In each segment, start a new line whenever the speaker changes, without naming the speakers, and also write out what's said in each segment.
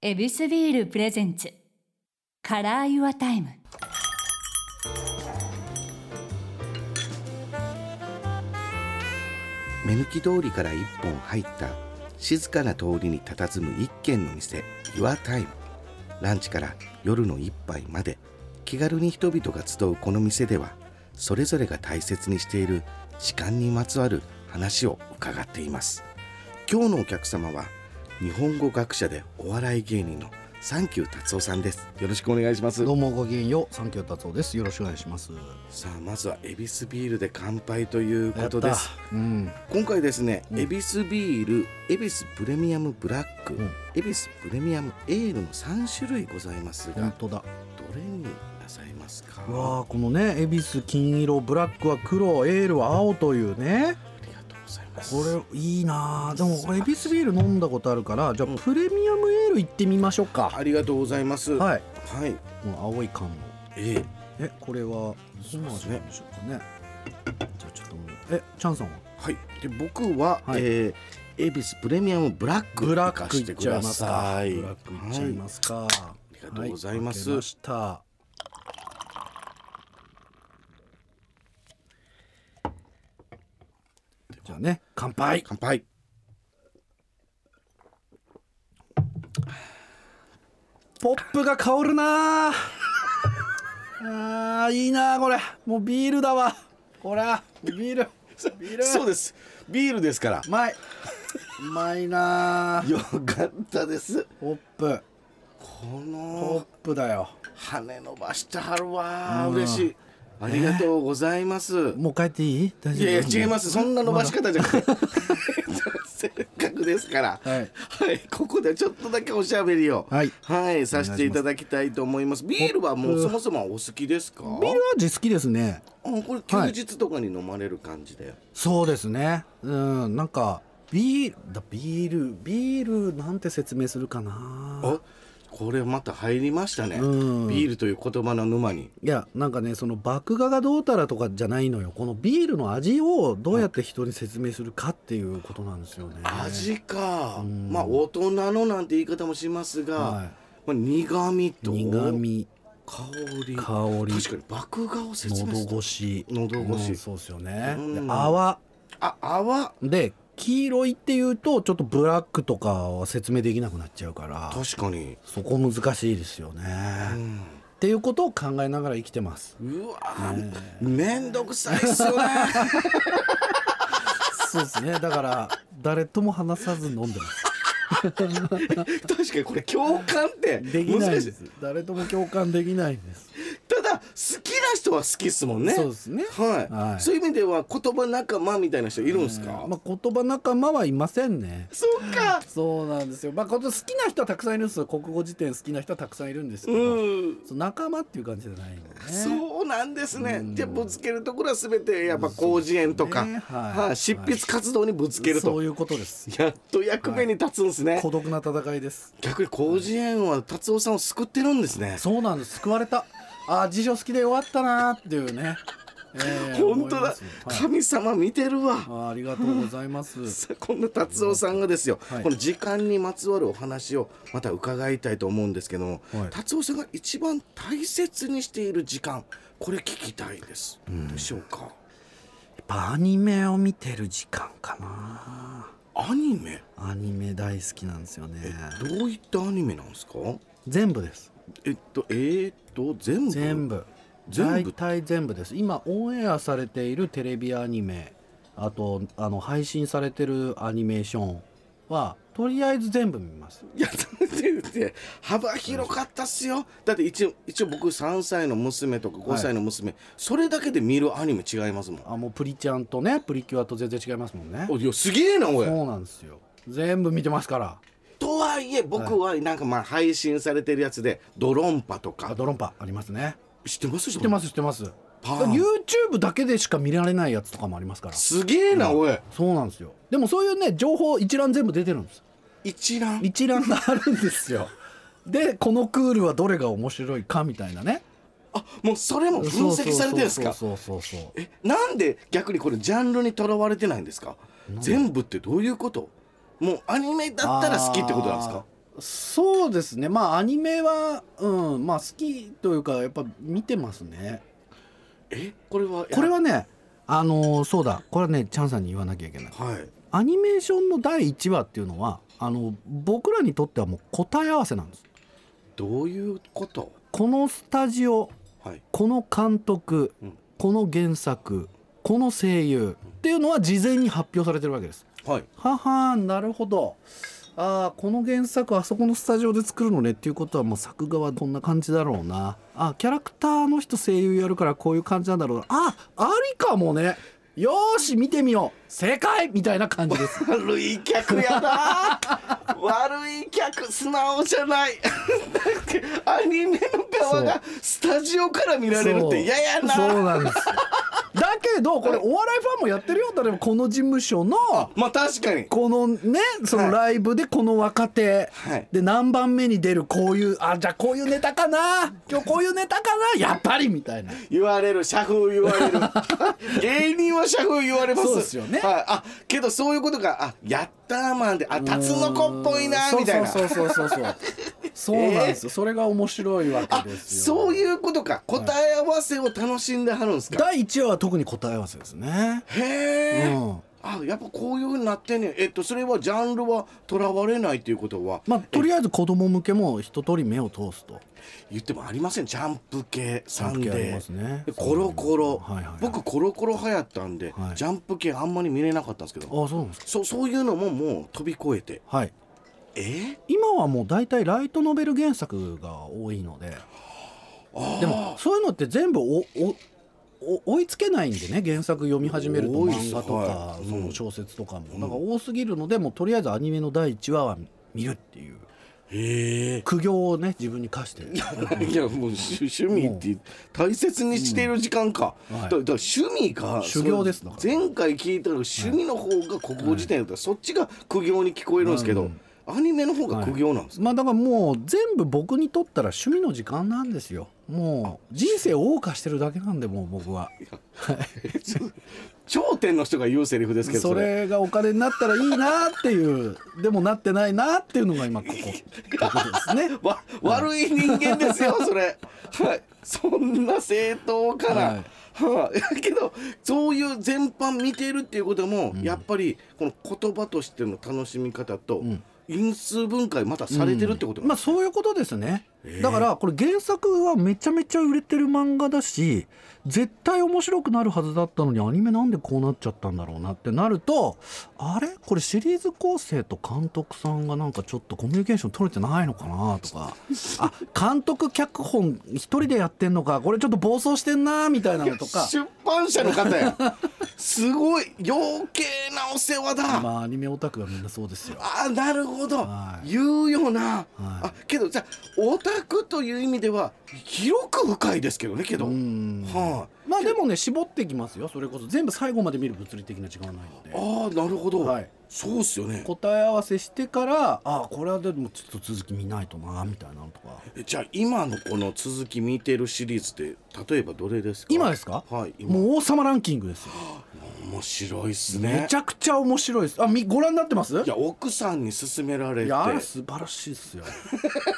エビスビールプレゼンツカラーユアタイム
目抜き通りから一本入った静かな通りに佇む一軒の店ユアタイムランチから夜の一杯まで気軽に人々が集うこの店ではそれぞれが大切にしている時間にまつわる話を伺っています今日のお客様は日本語学者でお笑い芸人のサンキュー達夫さんですよろしくお願いします
どうもごきげんよう、サンキュー達夫です。よろしくお願いします。
さあまずは恵比寿ビールで乾杯ということです
うん、
今回ですね、恵比寿ビール恵比寿プレミアムブラック、
ん
恵比寿プレミアムエールの3種類ございますが、
本当だ。
どれになさいますか
わあ、このね、恵比寿金色、ブラックは黒、エールは青というね。
ありがとうございます
これいいなあ。でもこれ恵比寿ビール飲んだことあるから、じゃあプレミアムエール行ってみましょうか。
ありがとうございます
はい。
はい、
この青い缶の。
ええ
え、これはどんな味なんでしょうかね。じゃあちょっともうえ、チャンさんは
はいで僕は、
はい
えー恵比寿プレミアムブラック
ブラ
行
ッ
か
ク
し
い
て
っ
く
ちゃい
だ
ます
さ
か。
い
ブラックいっちゃいますか。あ
りがとうございます
ました。じゃあね、乾
はい、
杯。
乾杯
ポップが香るなあ。あーいいなあこれ。もうビールだわ。これビール。ビール。
そうですビールですから
うまい。うまいなあ。
よかったです
ポップ。
こ
ポ
の
ップだよ。
羽伸ばしてはるわー
うん
嬉しいありがとうございます、
もう帰っていい？大
い
丈夫？
やいや違いますそんな伸ばし方じゃなくて せっかくですから
はい
はい、ここでちょっとだけおしゃべりを
はい
はい、させていただきたいと思いますビールはもうそもそもお好きですか
ビール味好きですね。
あこれ休日とかに飲まれる感じで、
そうですね。うん、なんかビールだビールビールなんて説明するかな。
あこれまた入りましたね
うん
ビールという言葉の沼に
いやなんかねその麦芽がどうたらとかじゃないのよこのビールの味をどうやって人に説明するかっていうことなんですよね
味か、
うん
まあ大人のなんて言い方もしますが、
は
まあ、苦味
い
と
苦味
香り
香り
確かに麦芽を説明し
喉
た
越し
喉越し
うんそうですよね
う
で
ん
泡
あ泡
で黄色いっていうとちょっとブラックとかは説明できなくなっちゃうから
確かに、
そこ難しいですよね、
うん
っていうことを考えながら生きてます
うわーめんどくさいっすよね
そうですねだから誰とも話さず飲んでます
確かにこれ共感って
できない
難
で
し
す誰とも共感できないです、
ただ好きな人は好きっすもんね
そうですね
はい、
はい
そういう意味では言葉仲間みたいな人いるんですか、
まあ、言葉仲間はいませんね
そうか
そうなんですよまあこと好きな人はたくさんいるんですよ国語辞典好きな人はたくさんいるんですけ
う
ど、
ん
そう仲間っていう感じじゃないのね
そうなんですね、
うん
じゃあぶつけるところは全てやっぱ広辞苑とか、
そうですねはい
はい執筆活動にぶつけると、
そういうことです
やっと役目に立つんですね、
孤独な戦いです
逆に広辞苑は達夫さんを救ってるんですね、
そうなんです救われたあー辞書好きで終わったなーっていうね、えー
本当だ、
思いますはい
神様見てるわ、
あーありがとうございます
さあこんな達夫さんがですよ、
はい
この時間にまつわるお話をまた伺いたいと思うんですけども、
はい
達夫さんが一番大切にしている時間これ聞きたいです、でしょうか
アニメを見てる時間かな
アニメ
アニメ大好きなんですよね
どういったアニメなんですか
全部です
えっとえー、っと全部
全部
全
大
部
体全部です今オンエアされているテレビアニメあとあの配信されてるアニメーションはとりあえず全部見ます
いやだってって幅広かったっすよだって一応一応僕3歳の娘とか5歳の娘、それだけで見るアニメ違いますもん
あもうプリちゃんとねプリキュアと全然違いますもんね
おいやすげえなおい
そうなんですよ全部見てますから
とはいえ僕はなんかまあ配信されてるやつで「ドロンパ」と
あ
か
ドロンパありますね
知ってます
知ってますす知ってます
パーン
YouTube だけでしか見られないやつとかもありますから
すげえなおい
そうなんですよでもそういうね情報一覧全部出てるんです
一覧
一覧があるんですよ でこのクールはどれが面白いかみたいなね
あもうそれも分析されてるんですか
そうそうそうそうそう
えなんで逆にこれジャンルにとらわれてないんですか全部ってどういうこともうアニメだったら好きってことなんですか
そうですねまあアニメはうんまあ好きというかやっぱ見てますね
えこれは
これはねあのーそうだこれはねチャンさんに言わなきゃいけない
はい
アニメーションの第1話っていうのはあの僕らにとってはもう答え合わせなんです
どういうこと
このスタジオ
はい
この監督、
うん
この原作この声優っていうのは事前に発表されてるわけです
はい
ははなるほどああこの原作あそこのスタジオで作るのねっていうことはもう作画はこんな感じだろうなあキャラクターの人声優やるからこういう感じなんだろうなあありかもねよーし見てみよう正解みたいな感じです
悪い客やな悪い客素直じゃないだって アニメの側がスタジオから見られるって嫌やな
そうそう なんですだけどこれお笑いファンもやってるよ例えばこの事務所の
まあ確かに
このねそのライブでこの若手、
はい
で何番目に出るこういうあじゃあこういうネタかな今日こういうネタかなやっぱりみたいな
言われる社風言わ れる芸人は社風言われます
そうですよね
はい、あけどそういうことがあやったーマンであタツノコっぽいな
うん
みたいな
そうそうそうそうそうそうなんですよ、それが面白いわ
あ
けですよ
そういうことか答え合わせを楽しんではるんですか、
第1話は特に答え合わせですね、
へえ、
うん
あやっぱこういうふうになってんねんえっとそれはジャンルはとらわれないということは、
まあとりあえず子供向けも一通り目を通すと
言ってもありませんジャンプ系サン
ジャンプ系あり
デ
ます
ー、
ね
でコロコロ、
はいはいはい
僕コロコロ流行ったんで、
はい
ジャンプ系あんまり見れなかったんですけど
あそうなんですか
そそういうのももう飛び越えて
はい
えー、
今はもう大体ライトノベル原作が多いのででもそういうのって全部おおお追いつけないんでね原作読み始めると
多いっ
漫
す
画とか、
はいうん
その小説とかも、なんか多すぎるのでもうとりあえずアニメの第1話は見るっていう
へえ
苦行をね自分に課してる
いやもう趣趣味って大切にしている時間か、
うんはい
だだから趣味か
修行です
その
だか
前回聞いたら趣味の方が国語辞典だったらそっちが苦行に聞こえるんですけど、
うん
アニメの方が苦行なんです、
まあだからもう全部僕にとったら趣味の時間なんですよもう人生を謳歌してるだけなんでもう僕は
頂点の人が言うセリフですけど
それがお金になったらいいなっていうでもなってないなっていうのが今ここここで すね
わ悪い人間ですよそれ、はい、そんな正当から、
は
はいい けどそういう全般見てるっていうことも、やっぱりこの言葉としての楽しみ方と、
ん
因数分解またされてるってこと
うん
な
ま
ん
あ
です
そういうことですね、
ええ
だからこれ原作はめちゃめちゃ売れてる漫画だし絶対面白くなるはずだったのにアニメなんでこうなっちゃったんだろうなってなるとあれこれシリーズ構成と監督さんがなんかちょっとコミュニケーション取れてないのかなとかあ監督脚本一人でやってんのかこれちょっと暴走してんなみたいなのと か。
出版社の方やすごい余計なお世話だ、
まあアニメオタクがみんなそうですよ。
ああなるほど、
はい
言うよな、
い
あけどじゃあオタクという意味では広く深いですけどねけど、
うん
はい、
まあでもね絞ってきますよそれこそ全部最後まで見る物理的な時間はないので。
ああなるほど、
はい
そうっすよね
答え合わせしてからあこれはでもちょっと続き見ないとなみたいなのとか
えじゃあ今のこの続き見てるシリーズって例えばどれですか
今ですか
はい今
もう王様ランキングですよ、
面白いっすね
めちゃくちゃ面白いですあみご覧になってますい
いや奥さんに勧められて
やあれ素晴らしいですよ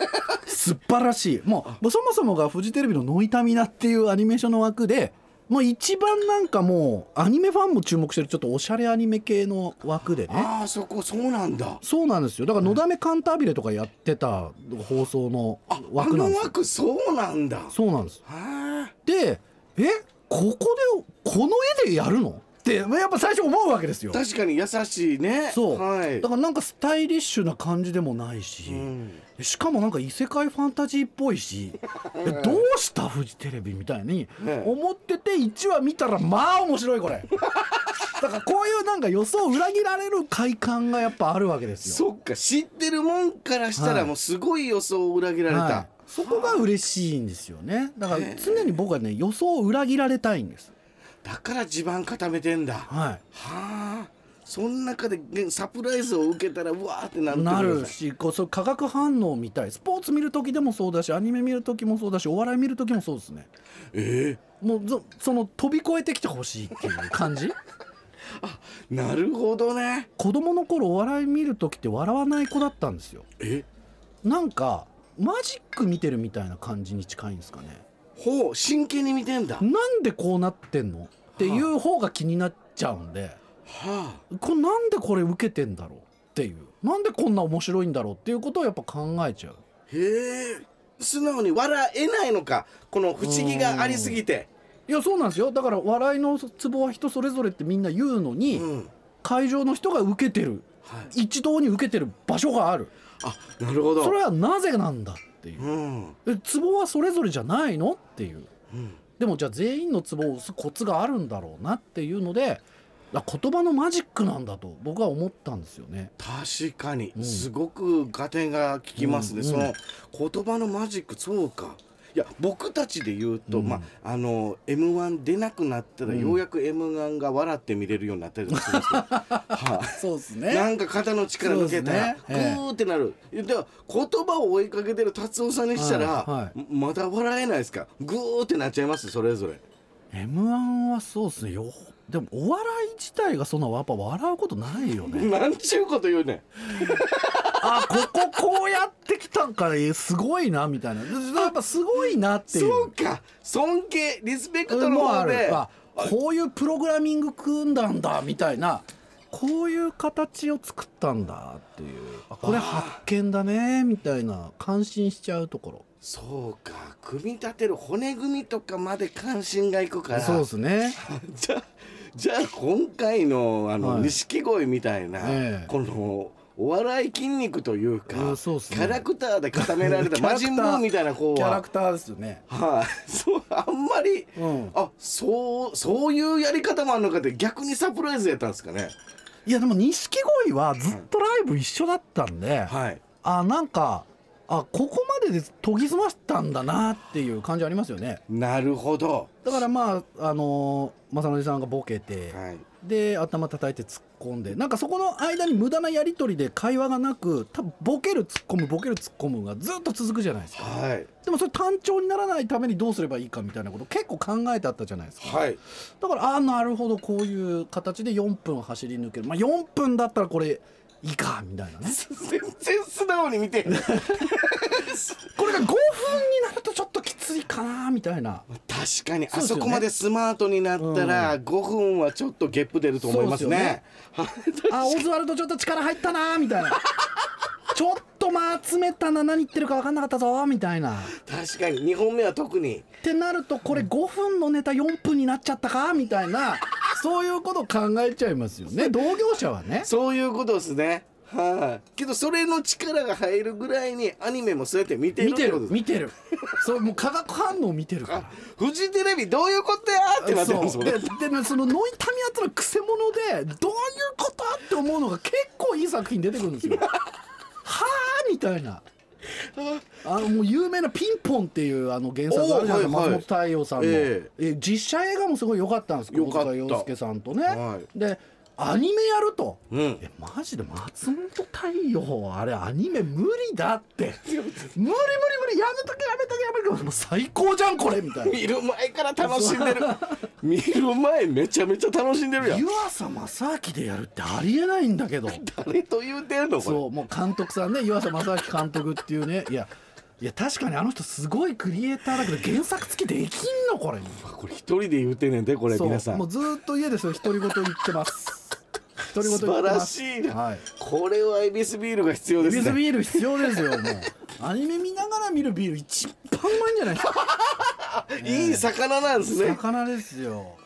素晴らしいもうもうそもそもがフジテレビの「ノイタミナ」っていうアニメーションの枠でもう一番なんかもうアニメファンも注目してるちょっとおしゃれアニメ系の枠でね
ああそこそうなんだ
そうなんですよだから「のだめカンタービレ」とかやってた放送の
ああ
枠な
の
んですよ
枠そうなんだ
そうなんです
はあ
でえここでこの絵でやるのってやっぱ最初思うわけですよ
確かに優しいね
そう、
はい
だからなんかスタイリッシュな感じでもないし、
うん
しかもなんか異世界ファンタジーっぽ いしえどうしたフジテレビみたいに
え
思ってて1話見たらまあ面白い これだからこういうなんか予想を裏切られる快感がやっぱあるわけですよ
そっか知ってるもんからした
はい
らもうすごい予想を裏切られた、
はいそこが嬉しいんですよねだから常に僕はね予想を裏切られたいんです
だから地盤固めてんだは
はい
あその中でげサプライズを受けたらうわーってなるってこと
なる
ですね
しこうそう化学反応みたいスポーツ見る時でもそうだしアニメ見る時もそうだしお笑い見る時もそうですね
え
もうそその飛び越えてきてほしいっていう 感じ
えなるほどね
子供の頃お笑い見る時って笑わない子だったんですよ
え
なんかマジック見てるみたいな感じに近いんですかね
ほう真剣に見てんだは
なんでこうなってんのっていう方が気になっちゃうんで
あ
これなんでこれ受けてんだろうっていうなんでこんな面白いんだろうっていうことをやっぱ考えちゃう
へえ素直に笑えないのかこの不思議がありすぎて
いやそうなんですよだから笑いのツボは人それぞれってみんな言うのに、
うん
会場の人が受けてる
はい
一堂に受けてる場所がある
あなるほど
それはなぜなんだっていう
うん
えツボはそれぞれじゃないのっていう
うん
でもじゃあ全員のツボを押すコツがあるんだろうなっていうのであ言葉のマジックなんだと僕は思ったんですよね。
確かに
ん
すごく合点が効きますね、
うん
その言葉のマジックそうかいや僕たちで言うと、
うん
まああの m 1出なくなったら、
うん
ようやく m 1が笑って見れるようになったりとかするん ですけど、は
そうです
いなんか肩の力抜けたら、
そうで
グ
すねええ
ーってなる、で言葉を追いかけてる達夫さんにしたら、
はいは
まだ笑えないですかグーってなっちゃいますそれぞれ
m 1はそうですねよでもお笑い自体がそんなやっぱ笑うことないよね。
なんちゅうこと言うねん
あこここうやってきたんかえすごいなみたいなやっぱすごいなっていう。
そうか尊敬リスペクトの
もあ
方で
るあこういうプログラミング組んだんだみたいなこういう形を作ったんだっていうあこれ発見だねみたいな感心しちゃうとこ
そうか組み立てる骨組みとかまで関心がいくか
ろ
ら
そうですね
じゃあじゃあ今回のあ
は
の
い
錦鯉みたいな、
ええ
このお笑い筋肉というか、
うんそうっすね
キャラクターで固められた
キャラ
魔
クター
人ブーみたいな子
キャラ
は
ク。ターですよね
はい、そうあんまり、
うん
あそうそういうやり方もあるのかって逆にサプライズやったんですかね
いやでも錦鯉はずっとライブ一緒だったんで、
はい
あなんかあここまでで研ぎ澄ましたんだなっていう感じありますよね
なるほど
だからまああの正則さんがボケて、
はい
で頭叩いて突っ込んでなんかそこの間に無駄なやり取りで会話がなく多分ボケる突っ込むボケる突っ込むがずっと続くじゃないですか
はい
でもそれ単調にならないためにどうすればいいかみたいなこと結構考えてあったじゃないですか、
はい
だからああなるほどこういう形で4分走り抜けるまあ4分だったらこれいいかみたいなね
全然素直に見てない
これが5分になるとちょっときついかなみたいな
確かに
そう
あ
ですよね
そこまでスマートになったら5分はちょっとゲップ出ると思いますね。
あオズワルドちょっと力入ったなみたいなちょっとまあ詰めたな何言ってるか分かんなかったぞみたいな。
確かに2本目は特に
ってなるとこれ5分のネタ4分になっちゃったかみたいなそういうことを考えちゃいますよね同業者はね
そういうことですね。はい、けどそれの力が入るぐらいにアニメもそうやって見てるっ
見て
てこ
る
とです
見てるそうもう化学反応見てるから
フジテレビどういうことやーってなってるんです
そ
も
うん
ね
ででねそのノイタミヤってのはくせ者でどういうことって思うのが結構いい作品出てくるんです よはあみたいなあのもう有名な「ピンポン」っていうあの原作あるじゃ
おーはい
ないですか、
はい
松本太陽さんの、
え
え実写映画もすごい良かったんです
良かった
小塚洋介さんとね、
は
でアニメやると、
うん
えマジで松本太陽あれアニメ無理だ って無理無理無理やめとけやめとけやめとけもう最高じゃんこれみたい な
見る前から楽しんでる見る前めちゃめちゃ楽しんでるやん
湯浅正明でやるってありえないんだけど
誰と言うてんのこれ
そうもう監督さんね湯浅正明監督っていうねいやいや確かにあの人すごいクリエイターだけど原作付きできんのこれ
これ一人で言うてんねんでこれ
そう
皆さん
もうずーっと家でそれ独り言言ってます独り言
素
言っ
晴
て
ら
ます
しいな、
はい
これはエビスビールが必要
エ
で
ビ
す
ス
ね
ビール必要ですよもうアニメ見ながら見るビール一番うまいんじゃないですか
いい魚なんですね
魚ですよ